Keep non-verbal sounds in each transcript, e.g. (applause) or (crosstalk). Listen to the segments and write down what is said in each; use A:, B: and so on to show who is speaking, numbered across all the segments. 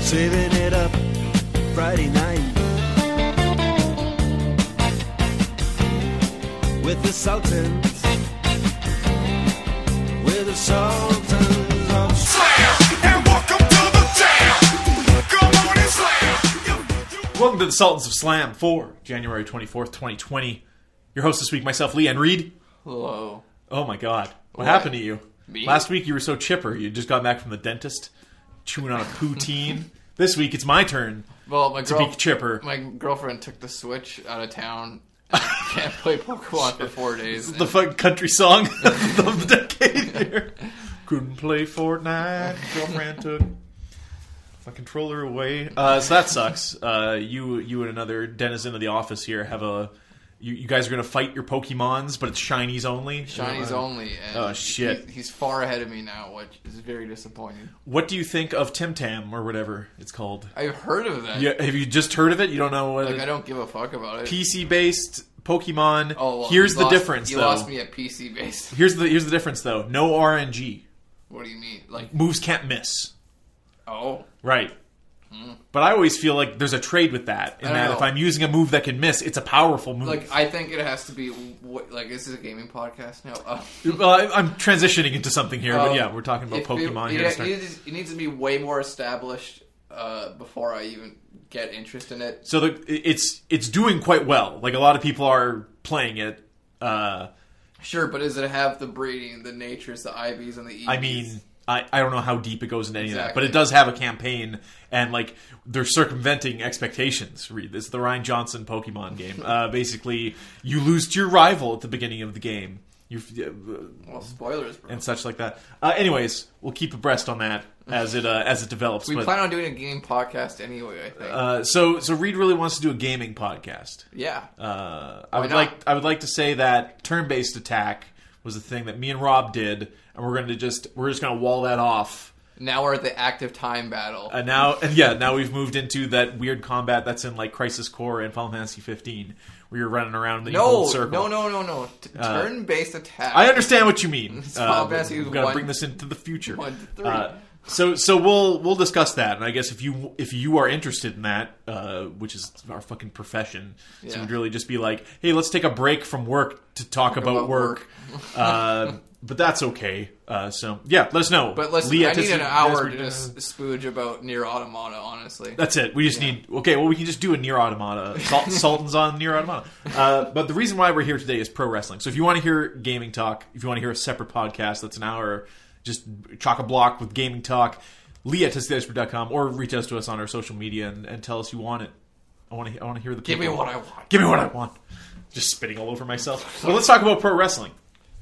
A: saving it up Friday night with the Sultans, with the Sultans of
B: Welcome to the Sultans of Slam for January 24th, 2020. Your host this week, myself, Lee and Reed.
C: Hello.
B: Oh my god. What, happened to you?
C: Me?
B: Last week you were so chipper. You just got back from the dentist, chewing on a
C: (laughs)
B: poutine. this week it's my turn
C: Well, my
B: to
C: girl,
B: be chipper.
C: my girlfriend took the Switch out of town. And (laughs) I can't play Pokemon for four days.
B: the fucking country song (laughs) of the decade here. Couldn't play Fortnite. Girlfriend took my controller away. Uh, so that sucks. Uh, you you and another denizen of the office here have a. You, you guys are gonna fight your Pokemons, but it's shinies only.
C: Chinese
B: Uh,
C: only. And
B: Oh, shit.
C: he- he's far ahead of me now, which is very disappointing.
B: What do you think of Tim Tam or whatever it's called?
C: I've heard of that.
B: Yeah, have you just heard of it? You don't know what
C: Like I don't give a fuck about it.
B: PC based Pokemon.
C: oh, well,
B: here's
C: you
B: the
C: lost-
B: difference
C: You
B: though.
C: lost me at PC based. (laughs)
B: Here's the here's the difference though. No RNG.
C: What do you mean?
B: (laughs)
C: Like
B: Moves can't miss.
C: oh,
B: Right. But I always feel like there's a trade with that. In
C: I don't
B: that
C: know.
B: if I'm using a move that can miss, it's a powerful move.
C: like I think it has to be what, like this is a gaming podcast now. Uh,
B: well, I- I'm transitioning into something here, but
C: Um,
B: yeah, we're talking about
C: (laughs) if it-
B: Pokemon
C: It,
B: here. to
C: it,
B: start.
C: needs, it needs to be way more established uh, before I even get interest in it.
B: so the, it's it's doing quite well. Like a lot of people are playing it. Uh,
C: Sure, but does it have the breeding, the natures, the IVs, and the E EVs?
B: I mean, I, I don't know how deep it goes into any of that, but
C: Exactly.
B: it does have a campaign, and like they're circumventing expectations. Read this: is the Ryan Johnson Pokemon
C: (laughs)
B: game. uh, basically, you lose to your rival at the beginning of the game. uh, You
C: well, spoilers, bro.
B: and such like that. Uh, anyways, we'll keep abreast on that as it uh, as it develops.
C: we
B: but,
C: plan on doing a game podcast anyway. I think.
B: uh, so so Reed really wants to do a gaming podcast.
C: yeah,
B: Uh, I would
C: not?
B: like I would like to say that turn based attack was a thing that me and Rob did, and we're going to just we're just going to wall that off.
C: now we're at the active time battle.
B: And now (laughs) and yeah, now we've moved into that weird combat that's in like Crisis Core and Final Fantasy 15, where you're running around in the
C: no,
B: old circle. Uh,
C: no, no, no, no. T- Turn-based attack.
B: I understand what you mean.
C: Final
B: Uh,
C: Fantasy
B: we've got to
C: one-
B: bring this into the future.
C: one to three.
B: Uh, so so we'll we'll discuss that, and I guess if you if you are interested in that, uh, which is our fucking profession, so
C: Yeah.
B: we'd really just be like, hey, let's take a break from work to talk, about,
C: about
B: work. uh, but that's okay. Uh, so yeah, let us know.
C: But listen,
B: Lee
C: I
B: at
C: need
B: Tissy-
C: an hour to
B: Desperate-
C: just spooge about Near Automata. Honestly,
B: that's it. We just need okay. Well, we can just do a near automata.
C: (laughs)
B: Salt, Sultan's on near automata. Uh, but the reason why we're here today is pro wrestling. So if you want to hear gaming talk, if you want to hear a separate podcast that's an hour, just chock a block with gaming talk. Lee at testedexpert.com or reach out to us on our social media and, and tell us you want it. I want to. I want to hear the.
C: give me
B: people.
C: what I want.
B: Give me what I want. Just spitting all over
C: (laughs)
B: myself. Well, let's talk about pro wrestling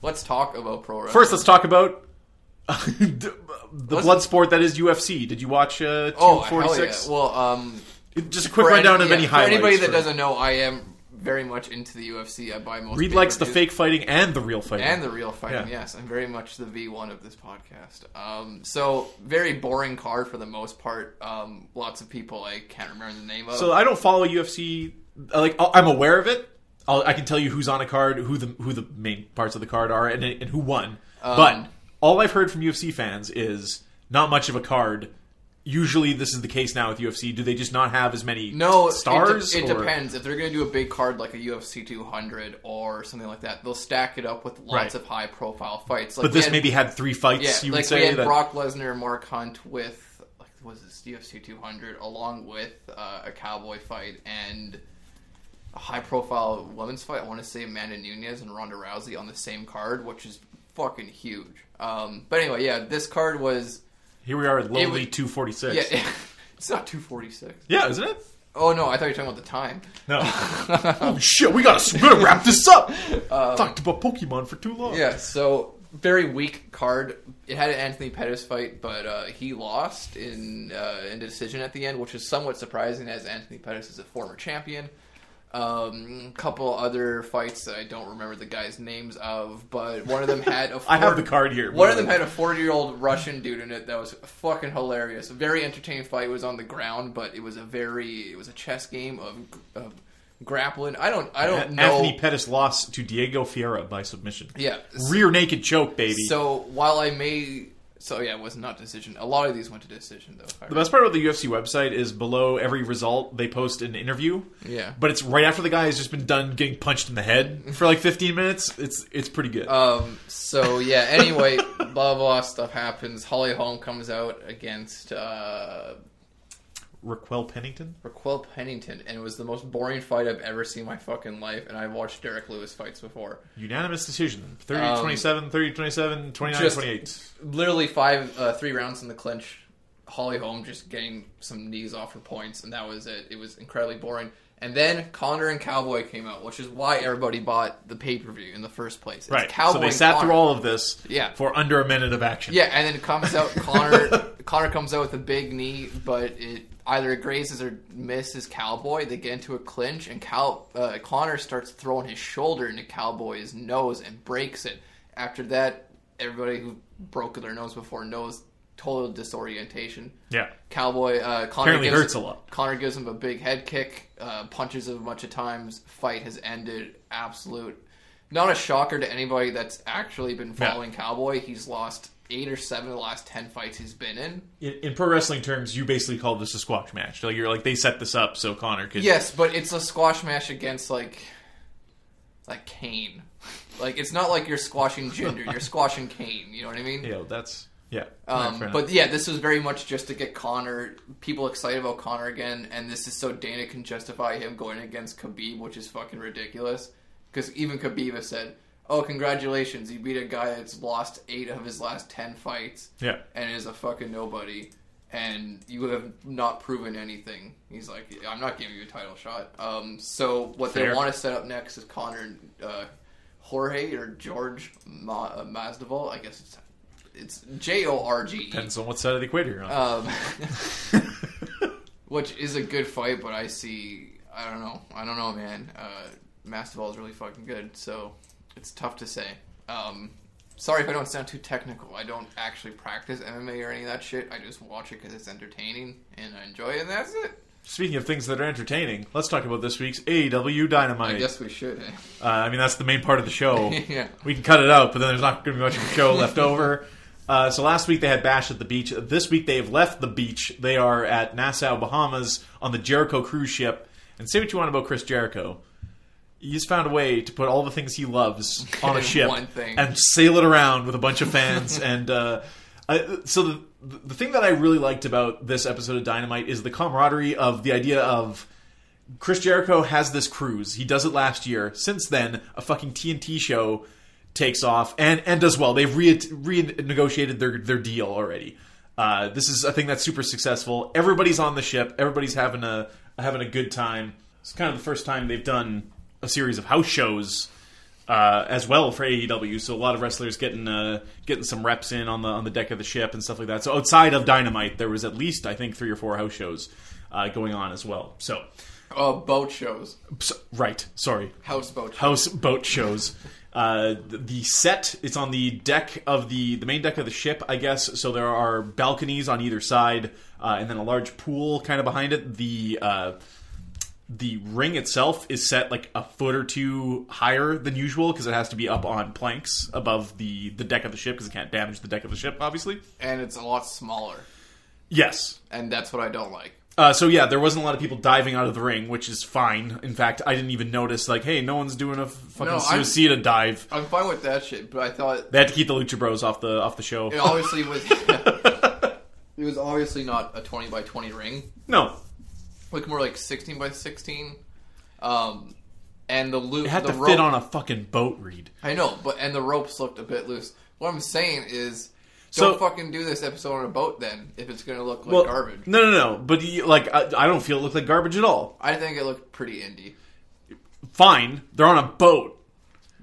C: Let's talk about pro wrestling.
B: first. Let's talk about. (laughs) the blood sport that is UFC. Did you watch uh,
C: oh
B: 246?
C: hell yeah! Well, um,
B: Just a quick
C: for
B: rundown
C: any-
B: of
C: yeah,
B: any highlights.
C: For anybody that
B: for-
C: doesn't know, I am very much into the UFC. I buy most.
B: Reed likes the
C: pay-per-views.
B: fake fighting and the real fighting.
C: and the real fighting.
B: Yeah.
C: Yes, I'm very much the V1 of this podcast. Um, so very boring card for the most part. Um, lots of people I can't remember the name of.
B: so I don't follow UFC. uh, Like I- I'm aware of it. I'll, I can tell you who's on a card, who the who the main parts of the card are, and, and who won.
C: Um,
B: but all I've heard from UFC fans is not much of a card. Usually, this is the case now with UFC. Do they just not have as many
C: no it de-
B: stars?
C: It,
B: or-
C: depends if they're going to do a big card like a UFC 200 or something like that. They'll stack it up with lots
B: Right.
C: of high profile fights. Like
B: But
C: we
B: this
C: had-
B: maybe had three fights.
C: yeah,
B: you would
C: like
B: say
C: we had
B: that
C: Brock Lesnar, Mark Hunt with like what was this UFC 200 along with uh, a cowboy fight and. a high profile women's fight. I want to say Amanda Nunez and Ronda Rousey on the same card, which is fucking huge. Um, but anyway, yeah, this card was
B: here we are at
C: it
B: lowly
C: was-
B: 246.
C: yeah, (laughs) it's not two forty six.
B: yeah, isn't it?
C: Oh no, I thought you were talking about the time.
B: No. (laughs) Holy Oh, shit, we gotta, we gotta wrap this up. Talked about Pokemon for too long.
C: Uh, Yeah, so very weak card. It had an Anthony Pettis fight, but uh, he lost in uh, in a decision at the end, which is somewhat surprising as Anthony Pettis is a former champion. Um, couple other fights that I don't remember the guys' names of, but one of them had a.
B: (laughs) I have
C: four-
B: the card here.
C: One of them had a 40 year old Russian dude in it that was fucking hilarious. A very entertaining fight. It was on the ground, but it was a very it was a chess game of, of grappling. I don't I don't
B: An-
C: know.
B: Anthony Pettis lost to Diego Fiera by submission.
C: yeah.
B: Rear naked choke, baby.
C: So while I may So yeah, it was not decision. A lot of these went to decision though. if I
B: The best part about the UFC website is below every result they post an interview.
C: Yeah.
B: But it's right after the guy has just been done getting punched in the head for like 15 minutes. It's it's pretty good.
C: Um. So yeah.
B: (laughs)
C: Anyway, blah blah blah stuff happens. Holly Holm comes out against uh,
B: Raquel Pennington.
C: Raquel Pennington, and it was the most boring fight I've ever seen in my fucking life. And I've watched Derek Lewis fights before.
B: Unanimous decision. 30
C: Um,
B: 27, 30 27, 29
C: just-
B: 28.
C: Literally five, uh, three rounds in the clinch. Holly Holm just getting some knees off her points, and that was it. It was incredibly boring. And then Connor and Cowboy came out, which is why everybody bought the pay per view in the first place. It's
B: Right.
C: Cowboy
B: so they
C: and
B: sat
C: Connor.
B: through all of this
C: Yeah.
B: for under a minute of action.
C: Yeah, and then it comes out Connor
B: (laughs)
C: Connor comes out with a big knee, but it either it grazes or misses Cowboy. They get into a clinch, and Cal uh, Connor starts throwing his shoulder into Cowboy's nose and breaks it. After that, everybody who broke their nose before knows total disorientation.
B: Yeah.
C: Cowboy uh, Connor
B: Apparently
C: gives-
B: hurts a lot.
C: Connor gives him a big head kick, uh, punches him a bunch of times. Fight has ended. Absolute, not a shocker to anybody that's actually been following Cowboy. He's lost eight or seven of the last ten fights he's been in.
B: In, in pro wrestling terms, you basically call this a squash match. Like you're like they set this up so Connor could
C: Yes, but it's a squash match against like, like Kane. Like it's not like you're squashing Jinder, you're squashing Kane. You know what I mean?
B: Yeah, that's yeah. Alright, fair
C: Um,
B: enough.
C: but yeah, this was very much just to get Connor people excited about Connor again, and this is so Dana can justify him going against Khabib, which is fucking ridiculous. Because even Khabib has said, "Oh, congratulations, you beat a guy that's lost eight of his last ten fights,
B: Yeah.
C: and is a fucking nobody, and you have not proven anything." He's like, "I'm not giving you a title shot." Um, so what
B: Fair.
C: they want to set up next is Connor and uh, Jorge or George Ma- uh, Masvidal. I guess it's it's J O R G E.
B: Depends on what side of the equator you're on.
C: Um, (laughs) which is a good fight, but I see. I don't know. I don't know, man. Uh, Masvidal is really fucking good, so it's tough to say. Um, sorry if I don't sound too technical. I don't actually practice MMA or any of that shit. I just watch it because it's entertaining and I enjoy it, and that's it.
B: Speaking of things that are entertaining, let's talk about this week's AEW Dynamite.
C: I guess we should. eh?
B: Uh, I mean, that's the main part of the show.
C: (laughs) Yeah.
B: We can cut it out, but then there's not going to be much of a show
C: (laughs)
B: left over. Uh, so last week they had Bash at the beach. This week they have left the beach. They are at Nassau, Bahamas, on the Jericho cruise ship. And say what you want about Chris Jericho. He's found a way to put all the things he
C: (laughs)
B: loves on a
C: In
B: ship
C: one thing.
B: and sail it around with a bunch of
C: (laughs)
B: fans. and uh, I, so the, the thing that I really liked about this episode of Dynamite is the camaraderie of the idea of Chris Jericho has this cruise. He does it last year. Since then, a fucking TNT show takes off and, and does well. They've re- renegotiated their, their deal already. Uh, this is a thing that's super successful. Everybody's on the ship. Everybody's having a having a good time. It's kind of the first time they've done a series of house shows uh, as well for AEW. So a lot of wrestlers getting uh, getting some reps in on the on the deck of the ship and stuff like that. So outside of Dynamite, there was at least I think three or four house shows uh, going on as well. So
C: Oh, boat shows,
B: so- right. Sorry.
C: house boat. Shows.
B: House boat shows. Uh, the- the set it's on the deck of the the main deck of the ship, I guess. So there are balconies on either side, uh, and then a large pool kind of behind it. The uh, the ring itself is set like a foot or two higher than usual because it has to be up on planks above the the deck of the ship because it can't damage the deck of the ship, obviously.
C: and it's a lot smaller,
B: Yes,
C: and that's what I don't like.
B: Uh, so yeah, there wasn't a lot of people diving out of the ring, which is fine. In fact, I didn't even notice. Like, hey, no one's doing a f- fucking
C: No, I'm-
B: suicida dive.
C: I'm fine with that shit, but I thought
B: They had to keep the Lucha Bros off the off the show.
C: it obviously (laughs) was it was obviously not a 20 by 20 ring
B: (laughs) No,
C: like more like 16 by 16 um and the loop
B: it had
C: the
B: to
C: rope
B: fit on a fucking boat reed.
C: i know but and the ropes looked a bit loose what i'm saying is
B: So-
C: don't fucking do this episode on a boat then if it's gonna look like
B: Well,
C: garbage
B: No, no, no. But you, like, I, I don't feel it looked like garbage at all.
C: i think it looked pretty indie
B: Fine, they're on a boat.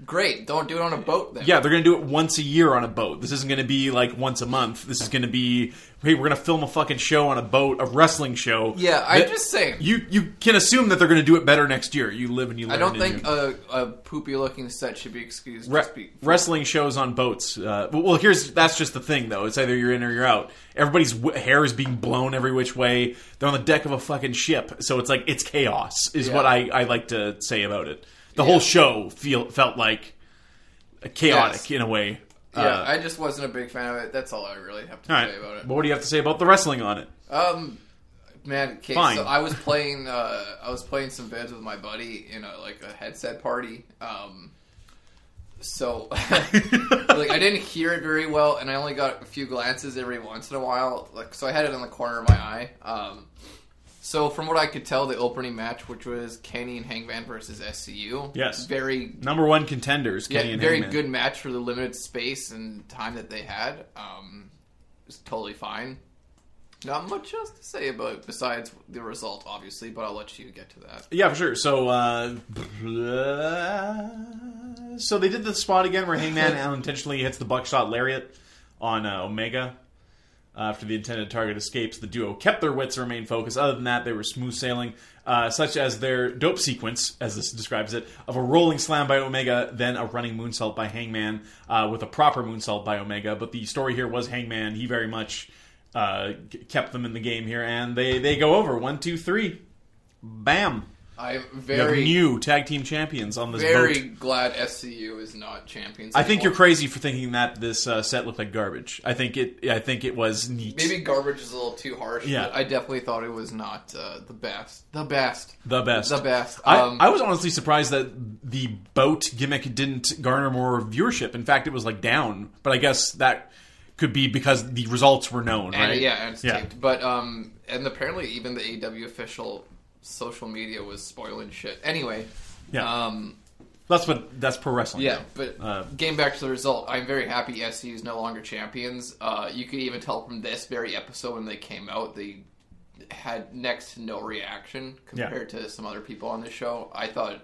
C: great don't do it on a boat then
B: Yeah, they're going to do it once a year on a boat. This isn't going to be like once a month. This is going to be hey, we're going to film a fucking show on a boat, a wrestling show.
C: yeah i'm
B: That-
C: just saying
B: You you can assume that they're going to do it better next year. You live and you learn.
C: i don't
B: and you-
C: think a, a poopy looking set should be excused
B: Re-
C: just be,
B: wrestling shows on boats. Uh, but- well, here's that's just the thing though. It's either you're in or you're out. Everybody's w- hair is being blown every which way. They're on the deck of a fucking ship, so it's like it's chaos. Is
C: Yeah.
B: what I, I like to say about it. The
C: Yeah.
B: whole show feel felt like chaotic
C: Yes.
B: in a way.
C: Yeah,
B: Uh,
C: I just wasn't a big fan of it. That's all I really have to
B: all
C: say about
B: right.
C: it.
B: But what do you have to say about the wrestling on it?
C: Um, man, okay,
B: Fine.
C: so I was playing, uh, I was playing some beds with my buddy in a like a headset party. Um, so (laughs) like
B: (laughs)
C: I didn't hear it very well, and I only got a few glances every once in a while. Like so, I had it in the corner of my eye. Um, so from what I could tell, the opening match, which was Kenny and Hangman versus SCU,
B: Yes.
C: very
B: Number one contenders,
C: yeah,
B: Kenny and
C: very
B: Hangman.
C: good match for the limited space and time that they had. Um, it was totally fine. Not much else to say about it besides the result, obviously, but I'll let you get to that.
B: Yeah, for sure. So, uh, so they did the spot again where Hangman unintentionally hits the buckshot lariat on uh, Omega. uh, After the intended target escapes, the duo kept their wits and remained focused. Other than that, they were smooth sailing, uh, such as their dope sequence, as this describes it, of a rolling slam by Omega, then a running moonsault by Hangman, uh, with a proper moonsault by Omega. But the story here was Hangman. He very much uh, k- kept them in the game here, and they, they go over. One, two, three. Bam.
C: I'm
B: We have
C: very,
B: new tag team champions on this
C: very
B: boat.
C: glad SCU is not champions.
B: I think you're
C: anymore.
B: crazy for thinking that this uh, set looked like garbage. I think it. I think it was neat.
C: Maybe garbage is a little too harsh.
B: Yeah.
C: but I definitely thought it was not uh, the best. The best.
B: the best.
C: The best.
B: I,
C: Um,
B: I was honestly surprised that the boat gimmick didn't garner more viewership. In fact, it was like down. But I guess that could be because the results were known,
C: And,
B: right?
C: Yeah, and it's
B: Yeah.
C: taped. But um, and apparently even the AEW official social media was spoiling shit. Anyway,
B: Yeah.
C: um,
B: that's what that's pro wrestling.
C: yeah.
B: though.
C: But
B: Uh,
C: getting back to the result, I'm very happy. SCU is no longer champions. Uh, you could even tell from this very episode when they came out, they had next to no reaction compared to some other people on the show. I thought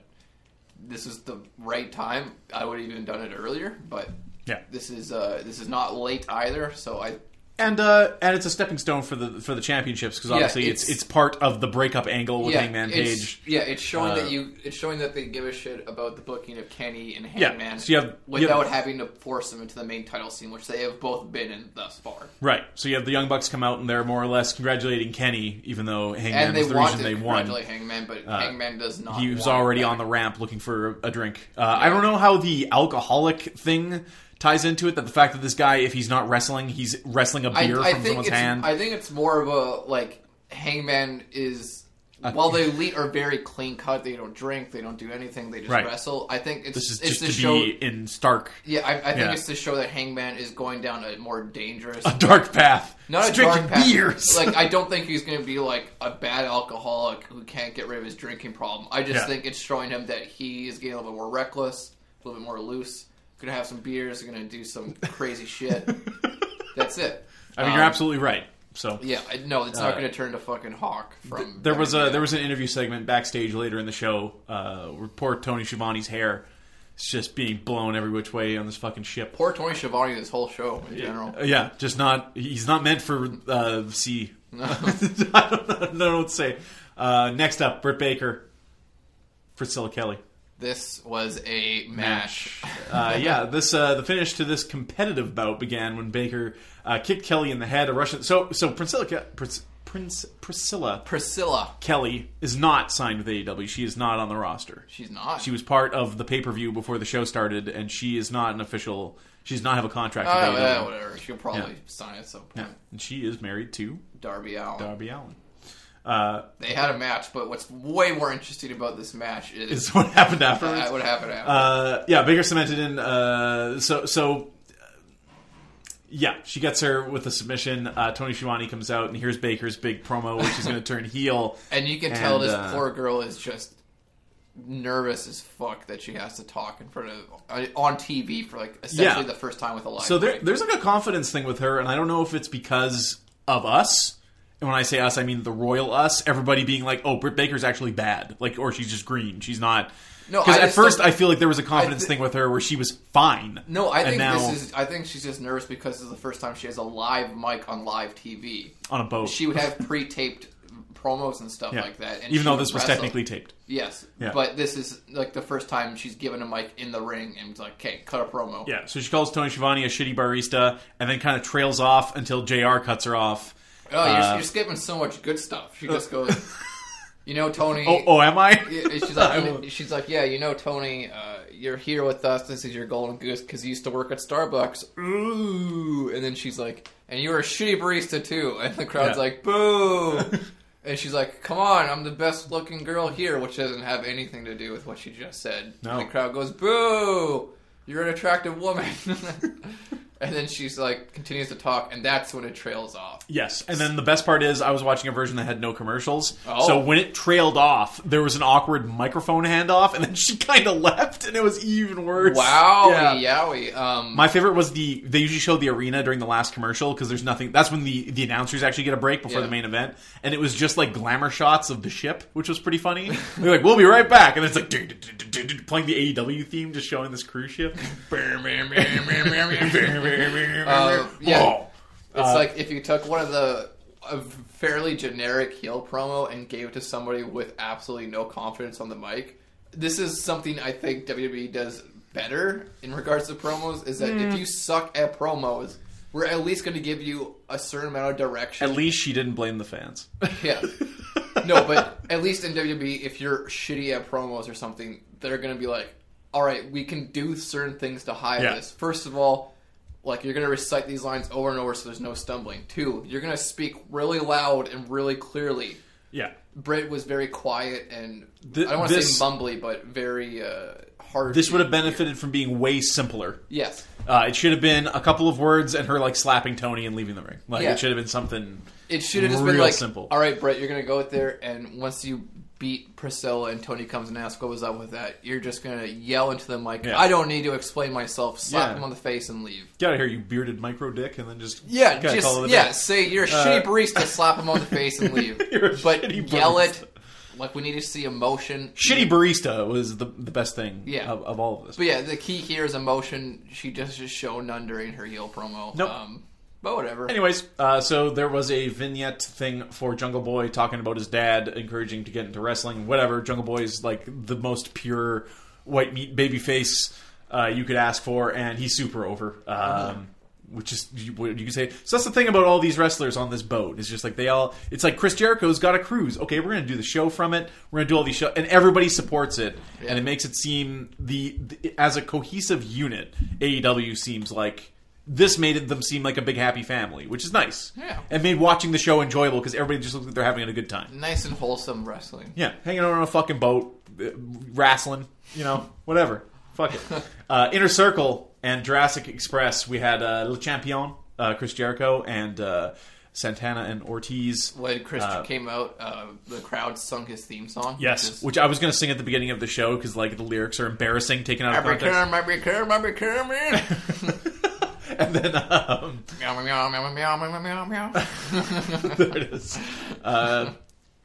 C: this was the right time. I would have even done it earlier, but
B: yeah.
C: this is uh, this is not late either. So I
B: And uh, and it's a stepping stone for the for the championships because
C: Yeah,
B: obviously it's, it's
C: it's-
B: part of the breakup angle with Hangman
C: it's-
B: Page.
C: Yeah, it's showing
B: Uh,
C: that you. It's showing that they give a shit about the booking of Kenny and
B: Yeah,
C: Hangman
B: so you have- you have-
C: without having to force them into the main title scene, which they have both been in thus far.
B: Right. So you have the Young Bucks come out and they're more or less congratulating Kenny, even though Hangman
C: and
B: was
C: they
B: the
C: want
B: reason
C: to
B: they won. Uh,
C: congratulate Hangman, but Hangman does not.
B: He was
C: want
B: already
C: that.
B: on the ramp looking for a drink. Uh, I don't know how the alcoholic thing ties into it. That the fact that this guy, if he's not wrestling, he's wrestling a
C: I,
B: beer
C: I
B: from
C: think
B: someone's
C: it's.
B: hand.
C: I think it's more of a like Hangman is. While the elite are very clean cut, they don't drink, they don't do anything, they just
B: Right.
C: wrestle. I think it's
B: this is
C: it's
B: just to
C: show.
B: be in stark,
C: yeah, I, I think
B: Yeah.
C: it's to show that Hangman is going down a more dangerous,
B: dark path.
C: not a
B: He's drinking
C: dark path.
B: beers.
C: (laughs) Like I don't think he's going to be like a bad alcoholic who can't get rid of his drinking problem. I just
B: Yeah.
C: think it's showing him that he is getting a little bit more reckless, a little bit more loose. Going to have some beers. Going to do some
B: (laughs)
C: crazy shit. That's it.
B: I mean, you're absolutely right. So
C: um, Yeah, I- no, it's not going to turn to fucking Hawk from.
B: There was a there was an interview segment backstage later in the show. Uh, where poor Tony Schiavone's hair is just being blown every which way on this fucking ship.
C: poor Tony Schiavone. This whole show in general.
B: Uh, yeah, just not. He's not meant for uh,
C: (laughs)
B: C. (laughs) I don't know- I don't know what to say. Uh, next up, Britt Baker, Priscilla Kelly.
C: This was a match. (laughs)
B: Uh, yeah, this uh, the finish to this competitive bout began when Baker uh, kicked Kelly in the head. A Russian. So so Priscilla Ke- Pris, Prince, Priscilla
C: Priscilla,
B: Kelly is not signed with AEW. She is not on the roster.
C: she's not.
B: She was part of the pay per view before the show started, and she is not an official. She does not have a contract.
C: Oh,
B: with
C: yeah,
B: AEW.
C: whatever. She'll probably
B: Yeah.
C: sign at some point.
B: Yeah. And she is married to
C: Darby Allen.
B: Darby Allen.
C: They had a match, but what's way more interesting about this match is
B: Is what happened
C: uh,
B: afterwards.
C: what happened after.
B: Uh, yeah, Baker cemented in. Uh, so so. uh, Yeah, she gets her with a submission. Uh, Tony Schiavone comes out and here's Baker's big promo, where
C: (laughs)
B: she's going to turn heel.
C: and you can tell
B: and,
C: this
B: uh,
C: poor girl is just nervous as fuck that she has to talk in front of uh, on TV for like essentially
B: Yeah.
C: the first time with a live.
B: So there,
C: mic.
B: there's like a confidence thing with her, and I don't know if it's because of us. And when I say us, I mean the royal us. Everybody being like, "Oh, Britt Baker's actually bad," like, or she's just green. She's not.
C: No,
B: because
C: I
B: at
C: just
B: first
C: don't-
B: I feel like there was a confidence
C: I thi-
B: thing with her where she was fine.
C: No, I
B: And
C: think
B: now
C: this is. I think she's just nervous because this is the first time she has a live mic on live TV.
B: on a boat.
C: She would have pre-taped promos and stuff
B: Yeah.
C: like that. And
B: even
C: she
B: though
C: would
B: this was
C: wrestle.
B: technically taped.
C: yes,
B: Yeah.
C: but this is like the first time she's given a mic in the ring and was like, "Okay, cut a promo."
B: Yeah, so she calls Tony Schiavone a shitty barista, and then kind of trails off until Jr. cuts her off.
C: Oh, you're,
B: Uh,
C: you're skipping so much good stuff. She just
B: (laughs)
C: goes, "You know, Tony."
B: Oh, oh am I?
C: Yeah, and she's
B: (laughs) I will-
C: like, she's like, yeah, you know, Tony, uh, you're here with us. This is your golden goose because you used to work at Starbucks. Ooh, and then she's like, and you were a shitty barista too. And the crowd's
B: Yeah. (laughs)
C: like, boo. and she's like, come on, I'm the best looking girl here, which doesn't have anything to do with what she just said.
B: No.
C: And the crowd goes, boo. You're an attractive woman. (laughs) and then she's like, continues to talk, and that's when it trails off.
B: Yes, and then the best part is I was watching a version that had no commercials.
C: Oh.
B: So when it trailed off, there was an awkward microphone handoff, and then she (laughs) kind of left, and it was even worse.
C: Wowie, yowie. Um,
B: My (laughs) favorite was the they usually show the arena during the last commercial because there's nothing. That's when the the announcers actually get a break before
C: Yeah.
B: the main event, and it was just like glamour shots of the ship, which was pretty funny. (laughs) They're like, "We'll be right back," and it's like ding, ding, ding, ding, ding, ding, playing the AEW theme, just showing this cruise ship.
C: Uh, yeah.
B: Oh.
C: It's like if you took one of the a fairly generic heel promo and gave it to somebody with absolutely no confidence on the mic. This is something I think WWE does better in regards to promos. Is that if you suck at promos, we're at least going to give you a certain amount of direction.
B: At least she didn't blame the fans. (laughs)
C: yeah. No, but at least in WWE, if you're shitty at promos or something, they're going to be like, all right, we can do certain things to hide
B: Yeah.
C: this. First of all, like you're going to recite these lines over and over so there's no stumbling. Two, you're going to speak really loud and really clearly.
B: (laughs) Yeah.
C: Britt was very quiet and
B: Th-
C: I don't want to
B: this-
C: say mumbly, but very uh, hard.
B: This
C: to
B: would have
C: hear.
B: benefited from being way simpler.
C: Yes.
B: Uh, it should have been a couple of words and her like slapping Tony and leaving the ring. Like
C: Yeah.
B: it should have been something.
C: It should have just been
B: Real
C: like,
B: simple.
C: all right, Brett, you're going to go out there, and once you beat Priscilla and Tony comes and asks what was up with that, you're just going to yell into the mic,
B: Yeah.
C: I don't need to explain myself, slap
B: Yeah.
C: him on the face, and leave.
B: Get out of here, you bearded micro dick, and then just
C: Yeah,
B: kinda
C: just,
B: call it a
C: yeah,
B: day.
C: say you're a shitty barista, slap him on the face, and leave.
B: Uh, (laughs) You're a
C: but
B: shitty
C: yell
B: barista.
C: it, like we need to see emotion.
B: Shitty barista was the the best thing
C: Yeah.
B: of, of all of this.
C: But yeah, the key here is emotion. She just just shown none during her heel promo.
B: Nope.
C: Um, but whatever.
B: Anyways, uh, so there was a vignette thing for Jungle Boy talking about his dad, encouraging him to get into wrestling, whatever. Jungle Boy is like the most pure white meat baby face uh, you could ask for, and he's super over. Um, Which is you- what you can say. So that's the thing about all these wrestlers on this boat. It's just like they all. It's like Chris Jericho's got a cruise. Okay, we're gonna do the show from it. We're gonna do all these show, and everybody supports it, and it makes it seem the, the as a cohesive unit. AEW seems like this made them seem like a big happy family, which is nice.
C: Yeah.
B: And made watching the show enjoyable because everybody just looks like they're having a good time.
C: Nice and wholesome wrestling.
B: Yeah, hanging out on a fucking boat, uh, wrestling, you know, whatever.
C: (laughs)
B: Fuck it. uh, Inner Circle and Jurassic Express, we had uh, Le Champion, uh, Chris Jericho, and uh, Santana and Ortiz.
C: When Chris
B: Uh,
C: came out, uh, the crowd sung his theme song.
B: Yes,
C: which is-
B: which I was going to sing at the beginning of the show because like the lyrics are embarrassing taken out of context. (laughs)
C: Abracadabra, abracadabra, abracadabra.
B: And then um,
C: Meow, meow, meow, meow, meow, meow, meow, meow.
B: there it is. Uh,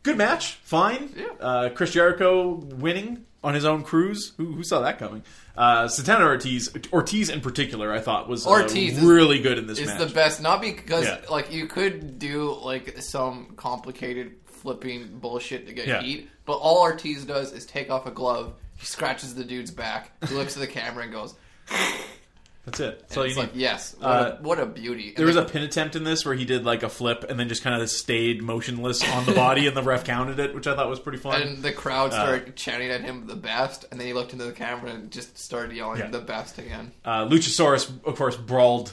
B: good match, fine.
C: Yeah.
B: Uh, Chris Jericho winning on his own cruise. Who, who saw that coming? Uh, Santana Ortiz, Ortiz in particular, I thought was uh,
C: Ortiz is-
B: really good in this
C: It's
B: match.
C: the best, not because
B: Yeah.
C: like you could do like some complicated flipping bullshit to get
B: Yeah.
C: heat, but all Ortiz does is take off a glove, he scratches the dude's back, he looks at the camera and goes,
B: That's it. That's all you
C: "It's
B: need.
C: like yes, what,
B: Uh,
C: a, what a beauty." And
B: There was
C: the-
B: a pin attempt in this where he did like a flip and then just kind of stayed motionless on the body, and the ref counted it, which I thought was pretty fun.
C: and the crowd
B: Uh.
C: started chanting at him the best, and then he looked into the camera and just started yelling
B: Yeah.
C: the best again.
B: Uh, Luchasaurus, of course, brawled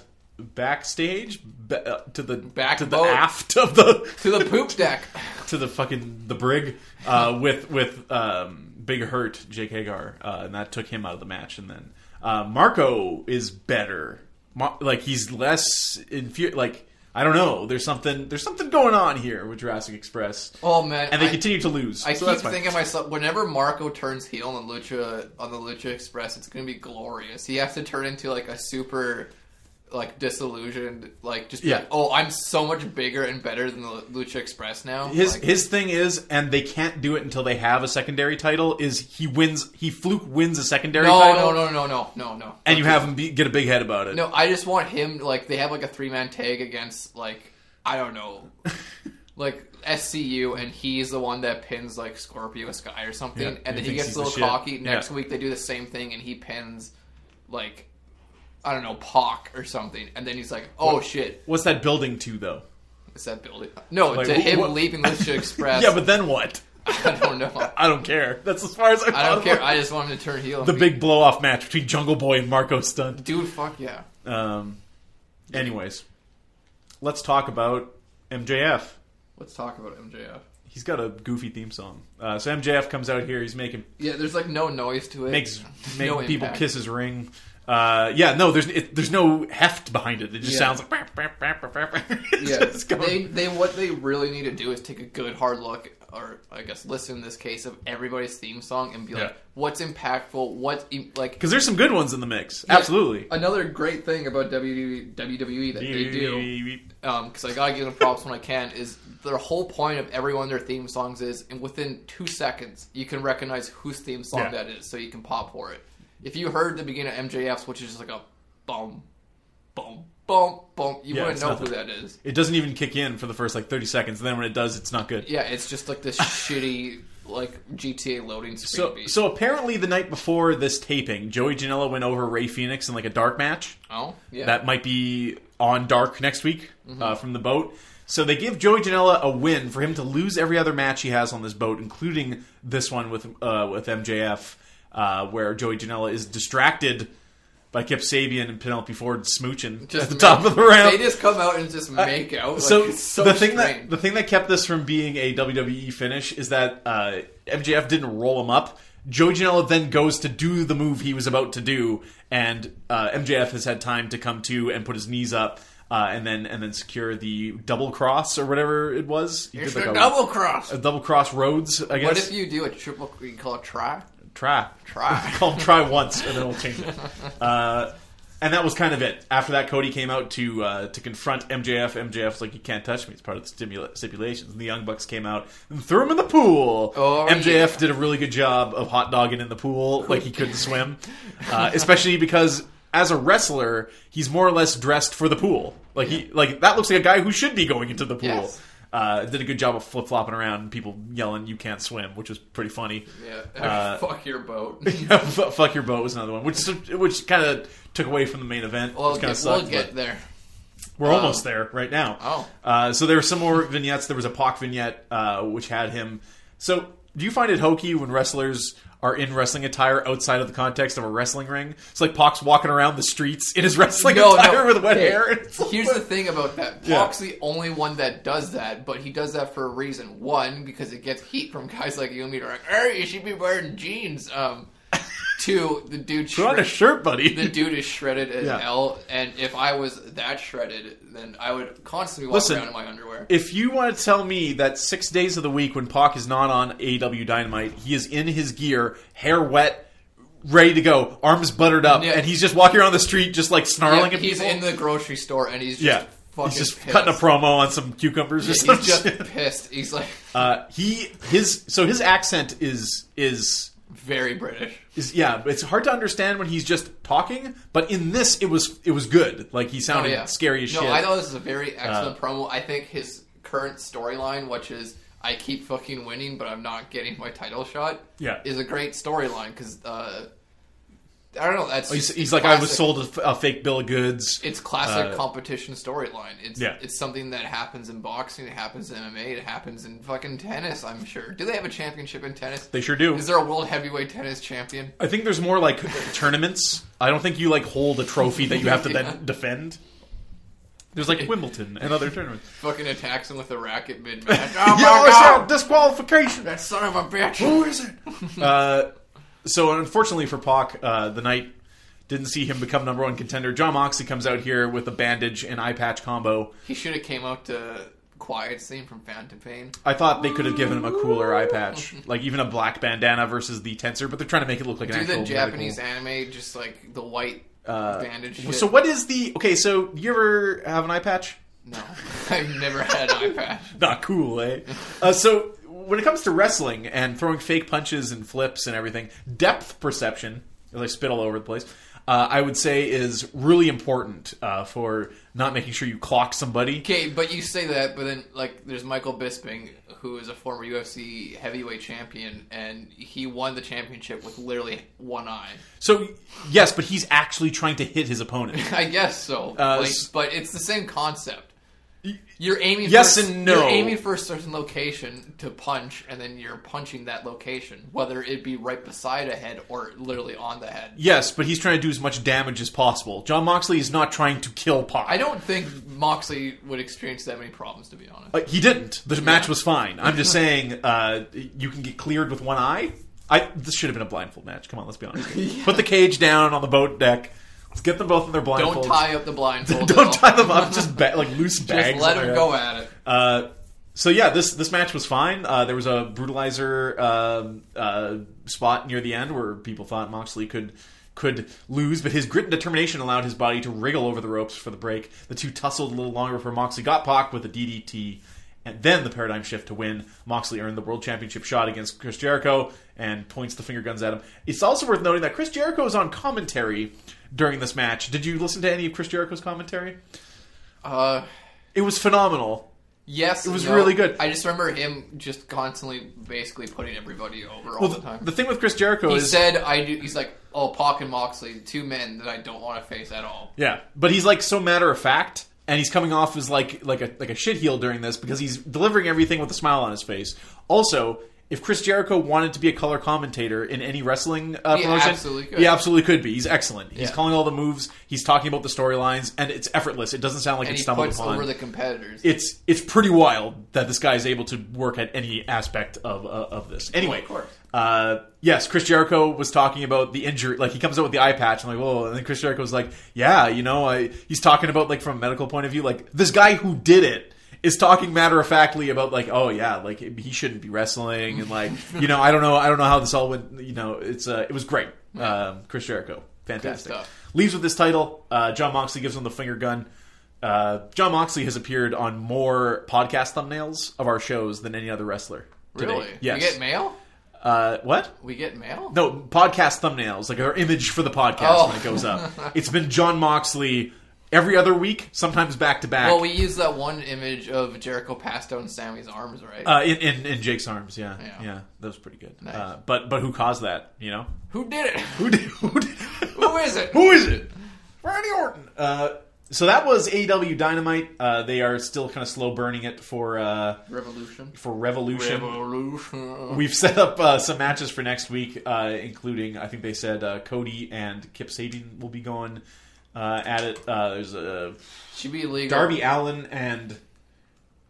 B: backstage ba- uh, to the
C: Back
B: to the
C: boat.
B: aft of the
C: To the poop
B: (laughs)
C: deck.
B: to the fucking the brig
C: (laughs)
B: uh, with with um, Big Hurt Jake Hagar, uh, and that took him out of the match. And then uh, Marco is better, Mar- like he's less infu- Like I don't know, there's something there's something going on here with Jurassic Express,
C: Oh man!
B: and they
C: I-
B: continue to lose.
C: I
B: so
C: keep
B: that's fine.
C: thinking to myself, whenever Marco turns heel on the Lucha on the Lucha Express, it's gonna be glorious. He has to turn into like a super, like disillusioned, like just be
B: Yeah.
C: like, oh, I'm so much bigger and better than the Lucha Express now.
B: His
C: Like,
B: his thing is, and they can't do it until they have a secondary title. Is he wins? He fluke wins a secondary
C: no,
B: title.
C: no, no, no, no, no, no.
B: and you have him be, get a big head about it.
C: No, I just want him like they have like a three man tag against like I
B: (laughs)
C: don't know, like SCU, and he's the one that pins like Scorpio Sky or something,
B: Yeah,
C: and
B: he
C: then he
B: thinks
C: gets
B: he's
C: a
B: the
C: little
B: shit.
C: cocky. Next
B: Yeah.
C: week they do the same thing, and he pins like I don't know Pac or something, and then he's like, oh shit,
B: What's that building to though?
C: is that building? No,
B: Like,
C: to
B: wh-
C: him
B: what- (laughs)
C: leaving Lucha Express.
B: Yeah, but then what?
C: (laughs) I don't know.
B: I don't care. That's as far as I.
C: I don't care. I just want him to turn heel. and
B: the
C: be-
B: big blow off match between Jungle Boy and Marco Stunt.
C: dude. Fuck yeah.
B: Um, anyways, let's talk about MJF.
C: Let's talk about MJF.
B: He's got a goofy theme song. Uh, so MJF comes out here. He's making
C: Yeah, there's like no noise to it. (laughs)
B: makes making
C: no
B: people
C: impact.
B: kiss his ring. Uh, yeah, no, there's it, there's no heft behind it. It just
C: Yeah.
B: sounds like. (laughs) It's
C: Yeah,
B: just going-
C: they they what they really need to do is take a good hard look, or I guess listen in this case of everybody's theme song and be
B: Yeah.
C: like, what's impactful? What's im- like
B: Because there's some good ones in the mix. Absolutely.
C: another great thing about WWE WWE that they do. because I gotta give them props when I can, is their whole point of every one of their theme songs is, and within two seconds, you can recognize whose theme song
B: Yeah.
C: that is, so you can pop for it. If you heard the beginning of MJF's, which is just like a bum, bum, bum, bum, you
B: Yeah,
C: wouldn't
B: it's
C: know
B: nothing.
C: who that is.
B: It doesn't even kick in for the first like 30 seconds. And then when it does, it's not good.
C: Yeah, it's just like (laughs) this shitty, like GTA loading screen
B: So,
C: beat.
B: so apparently the night before this taping, Joey Janela went over Ray Phoenix in like a dark match.
C: oh, yeah. Mm-hmm.
B: That might be on dark next week uh, from the boat. So they give Joey Janela a win for him to lose every other match he has on this boat, including this one with uh, with MJF, uh, where Joey Janela is distracted by Kip Sabian and Penelope Ford smooching
C: Just
B: at the
C: make-
B: top of the ramp.
C: (laughs)
B: Uh,
C: They just come out and just make out. Like,
B: so,
C: it's so
B: the thing that
C: strange.
B: the thing that kept this from being a WWE finish is that uh, MJF didn't roll him up. Joe Janela then goes to do the move he was about to do, and uh, MJF has had time to come to and put his knees up, uh, and then and then secure the double cross or whatever it was. He
C: It's
B: did
C: a
B: like a-
C: double cross.
B: a double cross roads. I guess
C: What if you do a triple? You call it try.
B: try (laughs)
C: Try.
B: call him try once and then we'll change
C: (laughs)
B: it. Uh, and that was kind of it. After that, Cody came out to uh, to confront MJF. MJF's like, "You can't touch me." It's part of the stimula- stipulations. And the Young Bucks came out and threw him in the pool.
C: Oh,
B: MJF did a really good job of hot dogging in the pool, like he couldn't swim, uh, especially because as a wrestler, he's more or less dressed for the pool. Like he like that looks like a guy who should be going into the pool.
C: Yes.
B: Uh, did a good job of flip flopping around, and people yelling, "You can't swim," which was pretty funny.
C: (laughs) Yeah,
B: Uh,
C: fuck
B: (laughs)
C: your boat.
B: Yeah, fu- fuck your boat was another one, which which kind of took away from the main event.
C: We'll
B: which kind
C: get,
B: of sucked.
C: we'll get
B: but (laughs)
C: there.
B: we're almost there right now.
C: Oh.
B: uh, so there were some more vignettes. There was a Pac vignette uh, which had him. So, do you find it hokey when wrestlers are in wrestling attire outside of the context of a wrestling ring? It's like Pac's walking around the streets in his (laughs) wrestling attire with wet
C: Hey,
B: hair. (laughs) It's like-
C: Here's the thing about that.
B: (laughs) Yeah.
C: Pac's the only one that does that, but he does that for a reason. One, because it gets heat from guys like you and me. They're like, "Er, you should be wearing jeans."
B: (laughs)
C: Um, two, the dude.
B: Put on a
C: shred-
B: shirt, buddy.
C: the dude is shredded as
B: Yeah.
C: hell, and if I was that shredded, then I would constantly walk
B: Listen,
C: around in my underwear.
B: If you want to tell me that six days of the week when Pac is not on AW Dynamite, he is in his gear, hair wet, ready to go, arms buttered up,
C: Yeah.
B: and he's just walking around the street just like
C: Yeah,
B: snarling at
C: he's
B: people.
C: in the grocery store and he's just
B: yeah.
C: fucking
B: He's just
C: pissed.
B: cutting a promo on some cucumbers or
C: He's
B: something.
C: just pissed. He's like
B: uh, he his so his accent is is
C: very British.
B: is yeah, it's hard to understand when he's just talking, but in this it was it was good. Like he
C: Oh,
B: sounded
C: yeah.
B: scary as
C: no,
B: shit. Uh,
C: I thought this is a very excellent promo. I think his current storyline, which is I keep fucking winning, but I'm not getting my title shot,
B: Yeah.
C: is a great storyline because uh, I don't know. That's
B: Oh, he's,
C: just-
B: he's
C: it's
B: like I was
C: classic-
B: sold a, f- a fake bill of goods.
C: It's classic
B: uh,
C: competition storyline. It's
B: Yeah.
C: it's something that happens in boxing, it happens in MMA, it happens in fucking tennis. I'm sure. Do they have a championship in tennis?
B: they sure do.
C: Is there a world heavyweight tennis champion?
B: I think there's more like tournaments. I don't think you like hold a trophy that you have to
C: (laughs) Yeah.
B: then defend. There's like Wimbledon and other tournaments.
C: Fucking attacks him with a racket mid
B: (laughs)
C: match.
B: Yo,
C: (laughs) Oh my
B: it's
C: god!
B: out, disqualification.
C: That son of a bitch!
B: Who is it? (laughs) uh, so unfortunately for Pac, uh, the night didn't see him become number one contender. John Moxley comes out here with a bandage and eye patch combo.
C: He should have came out to Quiet Scene from Fountain Pain.
B: I thought they could have given him a cooler eye
C: (laughs)
B: patch, like even a black bandana versus the tensor, but they're trying to make it look like an
C: Do
B: actual
C: the Japanese
B: medical- Uh,
C: anime just like the white bandage? Shit?
B: So what is the okay? So you ever have an eye patch?
C: No, (laughs) I've never had an eye patch.
B: not cool, eh? uh, so when it comes to wrestling and throwing fake punches and flips and everything, depth perception, as I spit all over the place, uh, I would say is really important uh, for not making sure you clock somebody.
C: Okay, but you say that, but then like there's Michael Bisping, who is a former UFC heavyweight champion, and he won the championship with literally one eye. (laughs)
B: So yes, but
C: (laughs)
B: he's actually trying to hit his opponent.
C: I guess so.
B: Uh,
C: like,
B: s-
C: but it's the same concept. You're aiming.
B: Yes
C: for,
B: and no.
C: You're aiming for a certain location to punch, and then you're punching that location, whether it be right beside a head or literally on the head.
B: Yes, but he's trying to do as much damage as possible. John Moxley is not trying to kill Pac.
C: I don't think Moxley would experience that many problems, to be honest.
B: Uh, he didn't. The match was fine. I'm just saying, uh, you can get cleared with one eye. I this should have been a blindfold match. Come on, let's be honest. Put the cage down on the boat deck. Let's get them both in their blindfolds.
C: Don't
B: (laughs)
C: tie up the blindfold. at all.
B: Don't tie them up. Just ba- like loose bags.
C: Just let
B: on
C: him
B: their
C: go
B: head.
C: at it.
B: Uh, so yeah, this this match was fine. Uh, there was a brutalizer um, uh, spot near the end where people thought Moxley could could lose, but his grit and determination allowed his body to wriggle over the ropes for the break. The two tussled a little longer before Moxley got Pac with a DDT, and then the paradigm shift to win. Moxley earned the world championship shot against Chris Jericho and points the finger guns at him. It's also worth noting that Chris Jericho is on commentary during this match. Did you listen to any of Chris Jericho's commentary?
C: Uh,
B: It was phenomenal.
C: yes, it
B: was really good.
C: I just remember him just constantly, basically putting everybody over all
B: Well,
C: the
B: the,
C: time.
B: the thing with Chris Jericho
C: he
B: is
C: said, "I do." He's like, "Oh, Pac and Moxley, two men that I don't want to face at all."
B: Yeah, but he's like so matter of fact, and he's coming off as like like a like a shit heel during this because he's delivering everything with a smile on his face. Also, if Chris Jericho wanted to be a color commentator in any wrestling uh,
C: He
B: promotion,
C: absolutely could.
B: he absolutely could be. He's excellent. He's
C: Yeah.
B: calling all the moves. He's talking about the storylines, and it's effortless. It doesn't sound like
C: And
B: it's
C: he
B: stumbled
C: puts
B: upon.
C: over the competitors.
B: it's it's pretty wild that this guy is able to work at any aspect of uh, of this. Anyway,
C: Of course.
B: uh, yes, Chris Jericho was talking about the injury. Like he comes out with the eye patch, and like, whoa. And then Chris Jericho was like, yeah, you know, I, he's talking about like from a medical point of view, like this guy who did it is talking matter of factly about like, oh yeah, like he shouldn't be wrestling, and
C: (laughs)
B: like, you know, I don't know, I don't know how this all went. You know, it's uh, it was great, um, Chris Jericho, fantastic.
C: stuff.
B: Leaves with this title. Uh, John Moxley gives him the finger gun. Uh, John Moxley has appeared on more podcast thumbnails of our shows than any other wrestler. Today.
C: really,
B: Yes.
C: we get mail.
B: Uh, what?
C: We get mail.
B: No, podcast thumbnails, like our image for the podcast
C: Oh.
B: when it goes
C: (laughs)
B: up. it's been John Moxley every other week, sometimes back to back.
C: Well, we use that one image of Jericho passed out in Sammy's arms, right?
B: Uh, in, in in Jake's arms, yeah, yeah,
C: Yeah.
B: that was pretty good.
C: Nice.
B: Uh, but but who caused that? You know,
C: Who did it? (laughs)
B: who did, (laughs) who did
C: Who is it?
B: Who is it? Randy Orton. Uh, so that was AEW Dynamite. Uh, they are still kind of slow burning it for uh,
C: Revolution.
B: for Revolution.
C: Revolution.
B: We've set up uh, some matches for next week, uh, including I think they said uh, Cody and Kip Sabian will be going uh, at it. Uh, there's uh,
C: Should be illegal.
B: Darby Allen and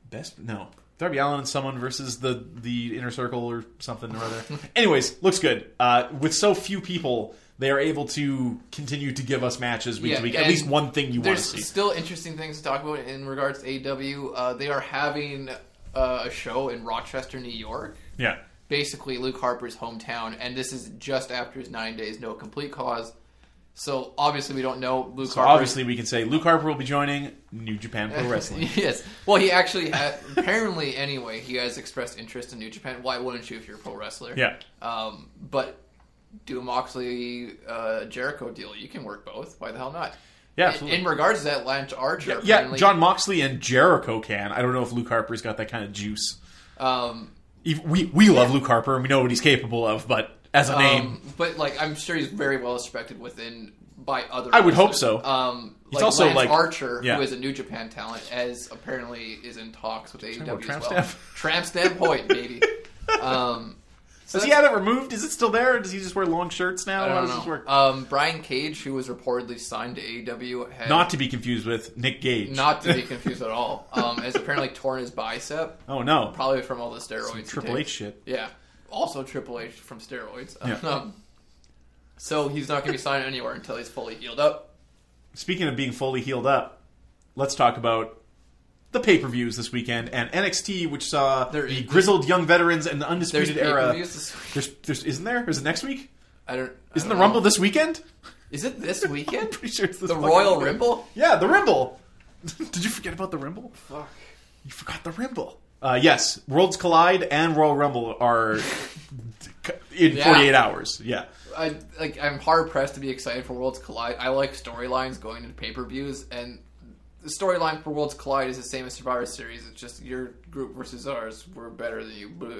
B: best no Darby Allen and someone versus the the inner circle or something or
C: (laughs)
B: other. Anyways, looks good. Uh, with so few people, they are able to continue to give us matches week
C: Yeah,
B: to week. At
C: and
B: least one thing you want to
C: There's
B: see.
C: still interesting things to talk about in regards to AW. Uh, they are having uh, a show in Rochester, New York,
B: yeah.
C: basically Luke Harper's hometown, and this is just after his nine days no complete cause. So obviously we don't know Luke
B: So
C: Harper.
B: obviously we can say Luke Harper will be joining New Japan
C: (laughs)
B: Pro Wrestling.
C: yes. Well, he actually ha- apparently anyway he has expressed interest in New Japan. Why wouldn't you if you're a pro wrestler?
B: Yeah.
C: Um, but do a Moxley uh, Jericho deal. You can work both. Why the hell not?
B: Yeah,
C: In,
B: absolutely.
C: in regards to that Lance Archer,
B: Yeah,
C: apparently,
B: John Moxley and Jericho can. I don't know if Luke Harper's got that kind of juice.
C: Um,
B: Ev- We we love Luke Harper and we know what he's capable of, but as a name,
C: um, but like I'm sure he's very well respected within by other.
B: I would hope
C: wrestlers.
B: so.
C: Um,
B: He's
C: like
B: also,
C: Lance
B: like-
C: Archer,
B: yeah.
C: who is a New Japan talent, as apparently is in talks with
B: about
C: AEW
B: Tramp
C: as well.
B: Stamp?
C: (laughs) Tramp stamp
B: (laughs)
C: point, baby. Um, so
B: does he
C: that's-
B: have it removed? Is it still there? Or does he just wear long shirts now?
C: I
B: How
C: don't
B: does this
C: know.
B: work?
C: Um, Brian Cage, who was reportedly signed to AEW, had
B: Not to be confused with Nick Gage.
C: (laughs) not
B: (laughs)
C: to be confused at all, um, has apparently torn his bicep,
B: oh no,
C: probably from all the steroids. he
B: Triple H
C: takes.
B: shit.
C: Yeah. Also Triple H from steroids.
B: Yeah.
C: (laughs) Um, so he's not going to be signed anywhere until he's fully healed up.
B: Speaking of being fully healed up, let's talk about the pay per views this weekend and NXT, which saw
C: There-
B: the grizzled young veterans and the
C: There's
B: undisputed era.
C: pay-per-views this week.
B: There's, there's, isn't there? Is it next week?
C: I don't. I
B: Isn't the
C: don't
B: Rumble
C: Know.
B: this weekend? (laughs)
C: Is it this weekend?
B: Pretty sure it's this
C: Uh, the
B: fucking
C: Royal
B: weekend.
C: Rumble.
B: Yeah, the Rimble. (laughs) Did you forget about the Rimble?
C: Fuck.
B: You forgot the Rimble. Uh, yes, Worlds Collide and Royal Rumble are (laughs) in
C: Yeah.
B: 48 hours. Yeah.
C: I like. I'm hard pressed to be excited for Worlds Collide. I like storylines going into pay per views, and the storyline for Worlds Collide is the same as Survivor Series. It's just your group versus ours. We're better than you. Blah.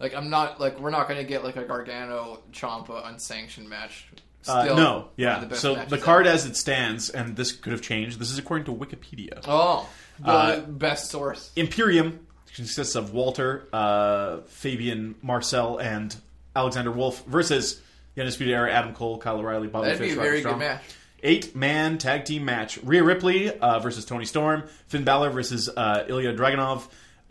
C: Like I'm not like we're not gonna get like a Gargano Champa unsanctioned match.
B: Uh,
C: Still
B: no,
C: one
B: yeah.
C: of the best
B: so
C: matches
B: the card as it stands, and this could have changed. This is according to Wikipedia.
C: Oh, the
B: Uh,
C: best source.
B: Imperium consists of Walter, uh, Fabian, Marcel, and Alexander Wolf versus the Undisputed Era, Adam Cole, Kyle O'Reilly, Bobby
C: That'd be
B: Fish,
C: a
B: Roderick
C: very
B: Strong.
C: good match.
B: Eight man tag team match: Rhea Ripley uh, versus Tony Storm, Finn Balor versus uh, Ilya Dragunov,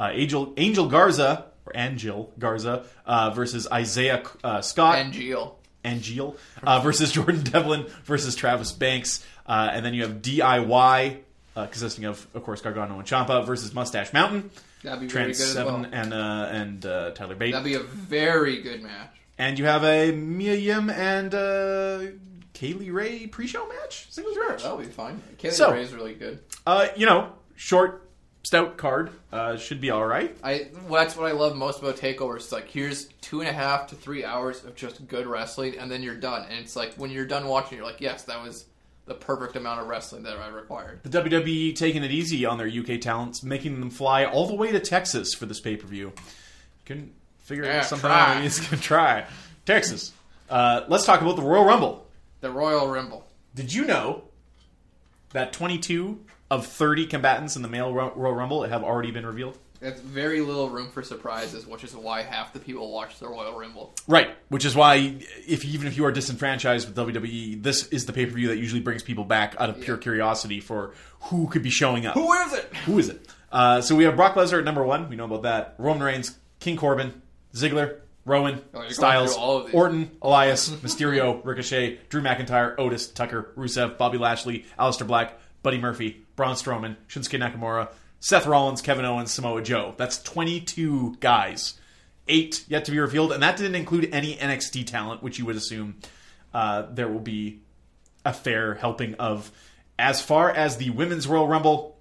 B: uh, Angel Angel Garza or Angel Garza uh, versus Isaiah uh, Scott.
C: And Geo.
B: Angeal uh, versus (laughs) Jordan Devlin versus Travis Banks. Uh, and then you have DIY, uh, consisting of, of course, Gargano and Champa versus Mustache Mountain.
C: That'd be very
B: Trans
C: good as
B: Seven
C: well.
B: and uh, and uh, Tyler Bate.
C: That'd be a very good match.
B: and you have a Mia Yim and uh, Kaylee Ray pre-show match, singles match.
C: That'll be Oh, fine. Kaylee
B: So-
C: Ray's really good.
B: Uh, you know, short, stout card uh, should be all right.
C: I well, that's what I love most about takeovers. It's like here's two and a half to three hours of just good wrestling, and then you're done. And it's like when you're done watching, you're like, yes, that was the perfect amount of wrestling that I required.
B: The WWE taking it easy on their UK talents, making them fly all the way to Texas for this pay per view. Couldn't figure
C: Yeah,
B: out something
C: try.
B: (laughs) out. He's gonna try Texas. Uh, let's talk about the Royal Rumble.
C: The Royal Rumble.
B: Did you know that 22 of 30 combatants in the male Ro- Royal Rumble have already been revealed?
C: That's very little room for surprises, which is why half the people watch the Royal Rumble.
B: Right, which is why if even if you are disenfranchised with WWE, this is the pay per view that usually brings people back out of pure curiosity for who could be showing up.
C: Who is it? (laughs)
B: Who is it? Uh, so we have Brock Lesnar at number one. We know about that. Roman Reigns, King Corbin, Ziggler, Rowan,
C: Oh, going
B: Styles,
C: through all of these.
B: Orton, Elias, Mysterio, Ricochet, Drew McIntyre, Otis, Tucker, Rusev, Bobby Lashley, Aleister Black, Buddy Murphy, Braun Strowman, Shinsuke Nakamura, Seth Rollins, Kevin Owens, Samoa Joe. That's 22 guys. Eight yet to be revealed, and that didn't include any NXT talent, which you would assume uh, there will be a fair helping of. As far as the Women's Royal Rumble,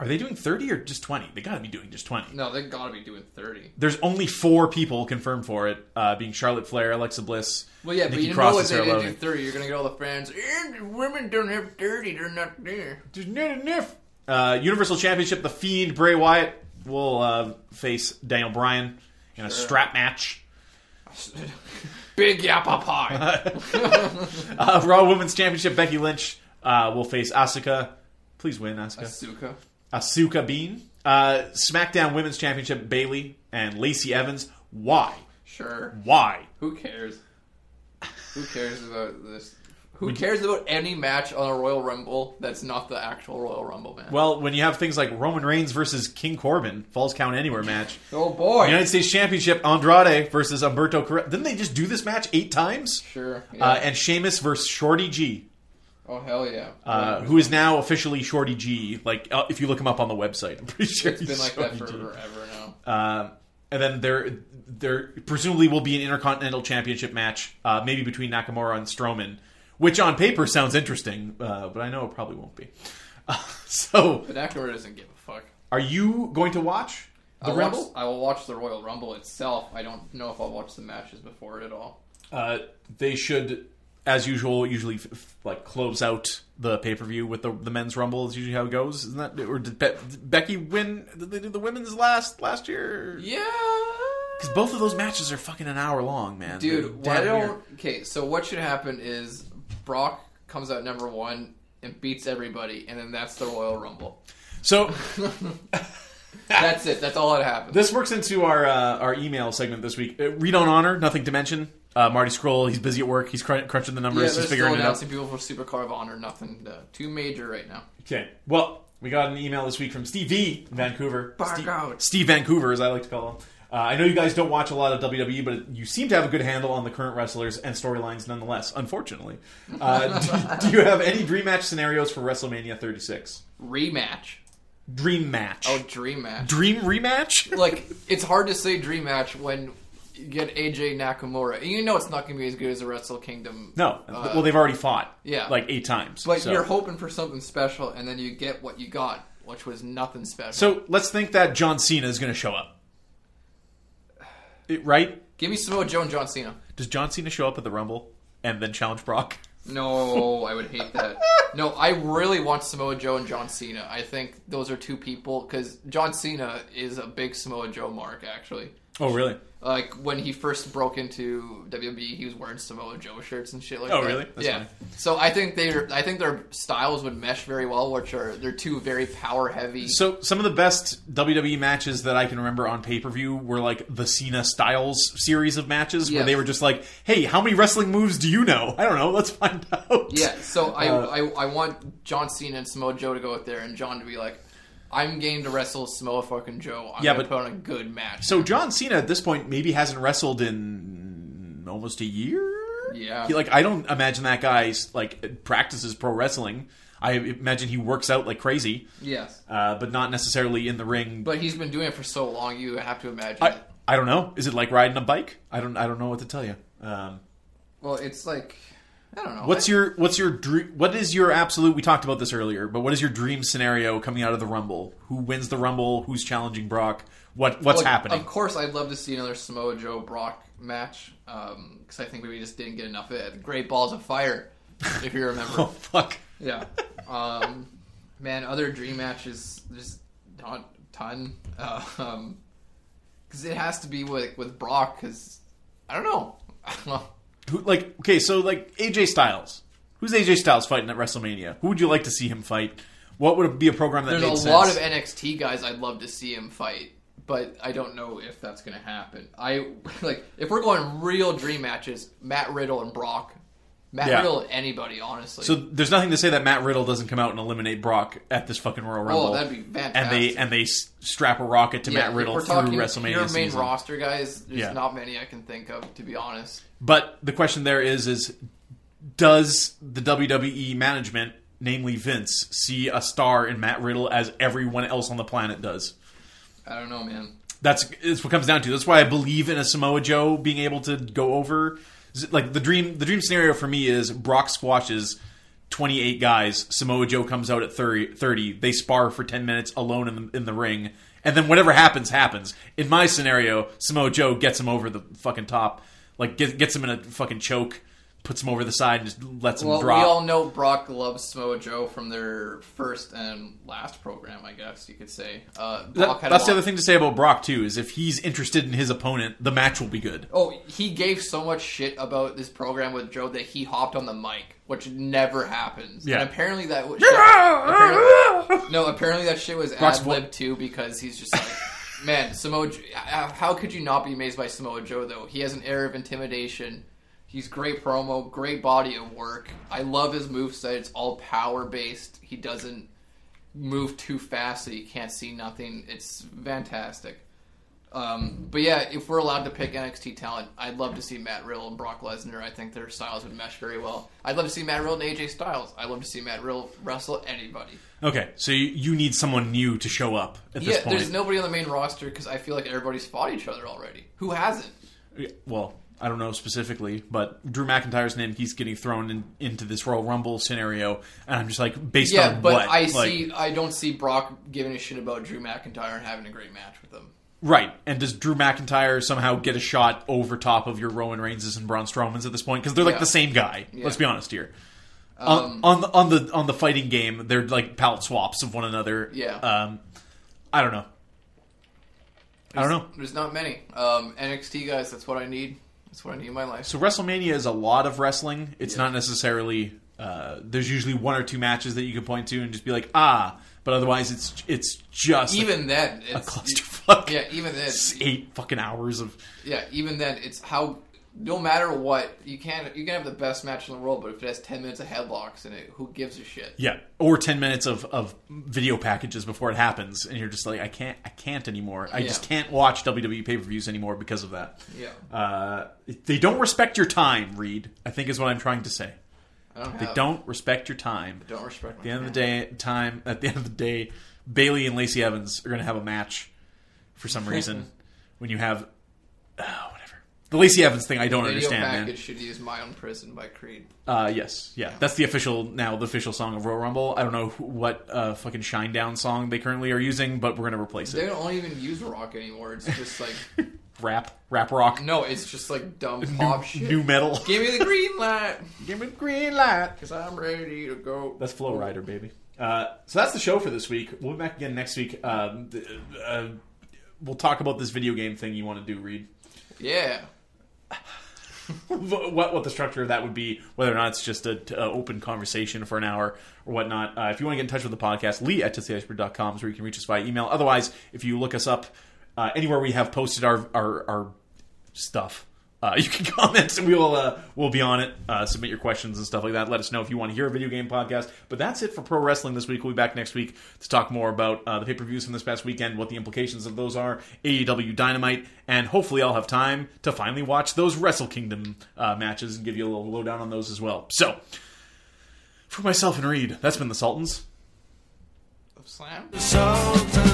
B: are they doing 30 or just 20? They gotta be doing just 20.
C: No, they gotta be doing thirty.
B: There's only four people confirmed for it, uh, being Charlotte Flair, Alexa Bliss,
C: Well, yeah, but
B: Nikki
C: you
B: Cross, and
C: know what they
B: Sarah
C: didn't do
B: Logan.
C: thirty. You're gonna get all the fans. "Eh, women don't have thirty. They're not there. (laughs)
B: There's not enough. Uh, Universal Championship, The Fiend, Bray Wyatt will uh, face Daniel Bryan in a strap match.
C: Big yappa
B: (laughs)
C: pie.
B: Uh, Raw Women's Championship, Becky Lynch uh, will face Asuka. Please win, Asuka.
C: Suka.
B: Asuka Bean. Uh, SmackDown Women's Championship, Bailey and Lacey Evans. Why?
C: Sure.
B: Why?
C: Who cares? Who cares about this? Who cares about any match on a Royal Rumble that's not the actual Royal Rumble match?
B: Well, when you have things like Roman Reigns versus King Corbin, Falls Count Anywhere match,
C: oh boy.
B: United States Championship, Andrade versus Umberto Carrillo. Didn't they just do this match eight times?
C: sure. Yeah.
B: Uh, and Sheamus versus Shorty G,
C: oh hell yeah.
B: uh, who is now officially Shorty G. Like uh, if you look him up on the website, I'm pretty sure
C: it's been
B: he's
C: like that for
B: Shorty G.
C: forever now.
B: Um, and then there, there presumably will be an Intercontinental Championship match, uh, maybe between Nakamura and Strowman, which on paper sounds interesting, uh, but I know it probably won't be. (laughs) so,
C: but Nakamura doesn't give a fuck.
B: are you going to watch the
C: I'll
B: Rumble?
C: Watch, I will watch the Royal Rumble itself. I don't know if I'll watch the matches before it at all.
B: Uh, they should, as usual, usually f- f- like close out the pay per view with the the men's rumble. Is usually how it goes, isn't that? Or did, Be- did Becky win? Did they do the women's last last year?
C: Yeah.
B: Because both of those matches are fucking an hour long, man. They're
C: Dude, why
B: damn
C: don't?
B: near.
C: Okay, so what should happen is Brock comes out number one and beats everybody, and then that's the Royal
B: (laughs)
C: Rumble.
B: So
C: That's it. That's all that happens.
B: this works into our uh, our email segment this week. Uh, Read on honor, nothing to mention. Uh, Marty Scroll, he's busy at work. He's crun- crunching the
C: yeah,
B: numbers.
C: they're
B: he's
C: still
B: figuring it out.
C: announcing people for Supercar of Honor. Nothing uh, too major right now.
B: Okay. Well, we got an email this week from Steve V in Vancouver.
C: Bark
B: Steve,
C: out.
B: Steve Vancouver, as I like to call him. Uh, I know you guys don't watch a lot of WWE, but you seem to have a good handle on the current wrestlers and storylines nonetheless, unfortunately. Uh, (laughs) do, do you have any dream match scenarios for WrestleMania 36?
C: Rematch.
B: Dream match.
C: Oh, dream match.
B: Dream rematch?
C: like it's hard to say dream match when you get AJ Nakamura. And You know it's not going to be as good as the Wrestle Kingdom.
B: No.
C: Uh,
B: well, they've already fought.
C: yeah.
B: Like eight times.
C: But
B: so.
C: you're hoping for something special, and then you get what you got, which was nothing special.
B: so let's think that John Cena is going to show up. It- right?
C: give me Samoa Joe and John Cena.
B: Does John Cena show up at the Rumble and then challenge Brock?
C: No, I would hate that. No, I really want Samoa Joe and John Cena. I think those are two people because John Cena is a big Samoa Joe mark, actually.
B: Oh, really?
C: Like when he first broke into WWE, he was wearing Samoa Joe shirts and shit like
B: Oh,
C: that.
B: really? That's
C: yeah.
B: funny.
C: So I think they I think their styles would mesh very well, which are they're two very power heavy.
B: So some of the best WWE matches that I can remember on pay per view were like the Cena Styles series of matches where
C: Yes.
B: they were just like, "Hey, how many wrestling moves do you know? I don't know. Let's find out."
C: yeah. So I,
B: Uh,
C: I I want John Cena and Samoa Joe to go out there and John to be like, I'm game to wrestle Samoa fucking Joe. I'm
B: Yeah,
C: gonna
B: but-
C: put on a good match.
B: So John Cena at this point maybe hasn't wrestled in almost a year.
C: Yeah.
B: He, like I don't imagine that guy's like practices pro wrestling. I imagine he works out like crazy,
C: yes.
B: uh, but not necessarily in the ring.
C: But he's been doing it for so long, you have to imagine.
B: I, I don't know. Is it like riding a bike? I don't I don't know what to tell you. Um,
C: well, it's like I don't know.
B: What's
C: I-
B: your what's your dr- what is your absolute? We talked about this earlier, but what is your dream scenario coming out of the Rumble? Who wins the Rumble? Who's challenging Brock? What what's
C: Well,
B: happening?
C: Of course, I'd love to see another Samoa Joe Brock match because I think we just didn't get enough of it. Great balls of fire, if you remember.
B: (laughs) (laughs) oh fuck!
C: Yeah. Um, man, other dream matches there's not a ton. Uh, um, because it has to be with with Brock. Because I don't know. (laughs)
B: Who like okay? So like AJ Styles. Who's AJ Styles fighting at WrestleMania? Who would you like to see him fight? What would be a program that
C: There's
B: made
C: a
B: sense?
C: lot of NXT guys I'd love to see him fight, but I don't know if that's going to happen. I (laughs) like if we're going real dream matches, Matt Riddle and Brock. Matt
B: Yeah.
C: Riddle, and anybody, honestly.
B: so there's nothing to say that Matt Riddle doesn't come out and eliminate Brock at this fucking Royal Rumble.
C: Oh, that'd be
B: And they
C: fantastic.
B: and they s- strap a rocket to
C: Yeah,
B: Matt Riddle
C: if we're
B: through
C: talking
B: WrestleMania
C: pure main
B: season.
C: roster guys. There's
B: Yeah.
C: not many I can think of, to be honest.
B: But the question there is is does the WWE management, namely Vince, see a star in Matt Riddle as everyone else on the planet does?
C: I don't know, man.
B: That's it's what it comes down to. That's why I believe in a Samoa Joe being able to go over like the dream the dream scenario for me is Brock squashes 28 guys, Samoa Joe comes out at 30, 30 they spar for 10 minutes alone in the, in the ring, and then whatever happens happens. In my scenario, Samoa Joe gets him over the fucking top, like get, gets him in a fucking choke, puts him over the side and just lets him
C: Well,
B: drop.
C: we all know Brock loves Samoa Joe from their first and last program, I guess you could say. Uh,
B: That-
C: Brock had a
B: that's the
C: lot-
B: other thing to say about Brock too is if he's interested in his opponent, the match will be good.
C: Oh, he gave so much shit about this program with Joe that he hopped on the mic, which never happens.
B: Yeah.
C: And apparently that was. apparently, no, apparently that shit was
B: (laughs) Brock's
C: ad lib too because he's just like, (laughs) man, Samoa. Joe- uh, How could you not be amazed by Samoa Joe though? He has an air of intimidation. He's great promo, great body of work. I love his moveset. It's all power based. He doesn't move too fast so you can't see nothing. It's fantastic. Um, but yeah, if we're allowed to pick NXT talent, I'd love to see Matt Riddle and Brock Lesnar. I think their styles would mesh very well. I'd love to see Matt Riddle and AJ Styles. I'd love to see Matt Riddle wrestle anybody.
B: Okay, so you, you need someone new to show up at this
C: yeah,
B: point.
C: there's nobody on the main roster because I feel like everybody's fought each other already. Who hasn't?
B: well, I don't know specifically, but Drew McIntyre's name he's getting thrown in, into this Royal Rumble scenario, and I'm just like based
C: Yeah,
B: on
C: but
B: what?
C: I
B: Like,
C: see. I don't see Brock giving a shit about Drew McIntyre and having a great match with him.
B: right. And does Drew McIntyre somehow get a shot over top of your Roman Reigns and Braun Strowman's at this point? Because they're like
C: Yeah.
B: the same guy.
C: Yeah. Um,
B: Let's be honest here. On on, the, on the on the fighting game, they're like palette swaps of one another.
C: Yeah.
B: Um, I don't know. I don't know.
C: There's not many um, NXT guys. That's what I need. That's what I need in my life.
B: So WrestleMania is a lot of wrestling. It's
C: Yeah.
B: not necessarily uh, there's usually one or two matches that you can point to and just be like ah, but otherwise it's it's just
C: even then,
B: a, a
C: it's,
B: clusterfuck.
C: (laughs) yeah, even then,
B: It's (laughs) eight fucking hours of
C: Yeah, even then, it's how. No matter what, you can you can have the best match in the world, but if it has ten minutes of headlocks in it, who gives a shit?
B: yeah, or ten minutes of, of video packages before it happens, and you're just like I can't I can't anymore. I just
C: Yeah.
B: can't watch WWE pay per views anymore because of that.
C: Yeah,
B: Uh, they don't respect your time, Reed. I think is what I'm trying to say.
C: I don't.
B: They
C: have-
B: don't respect your time.
C: Oh. don't respect.
B: At the end of the day, time at the end of the day, Bailey and Lacey Evans are going to have a match for some reason. when you have oh, whatever the Lacey Evans thing, I don't
C: Video
B: understand,
C: package
B: man.
C: should use "My Own Prison" by Creed.
B: Uh, yes, yeah, that's the official now, the official song of Royal Rumble. I don't know wh- what uh, fucking Shine Down song they currently are using, but we're going to replace
C: They
B: it.
C: don't even use rock anymore. It's
B: (laughs)
C: just like
B: Rap, rap, rock,
C: no, it's just like dumb pop shit.
B: new metal.
C: Give me the green light,
B: Give me the green light.
C: cause I'm ready to go.
B: That's Flow Rider, baby. Uh, so that's the show for this week. We'll be back again next week. Um, th- uh, we'll talk about this video game thing you want to do, Reed.
C: Yeah.
B: (laughs) what what the structure of that would be, whether or not it's just a, a open conversation for an hour or whatnot. Uh, if you want to get in touch with the podcast, Lee at toothiceiceberg.com is where you can reach us via email. Otherwise, if you look us up uh, anywhere we have posted our our, our stuff. Uh, (laughs) you can comment, and we'll uh, we'll be on it. Uh, submit your questions and stuff like that. Let us know if you want to hear a video game podcast. But that's it for pro wrestling this week. We'll be back next week to talk more about uh, the pay per views from this past weekend, what the implications of those are, AEW Dynamite, and hopefully I'll have time to finally watch those Wrestle Kingdom uh, matches and give you a little lowdown on those as well. So, for myself and Reed, that's been the Sultans.
C: Slam.
A: Sultan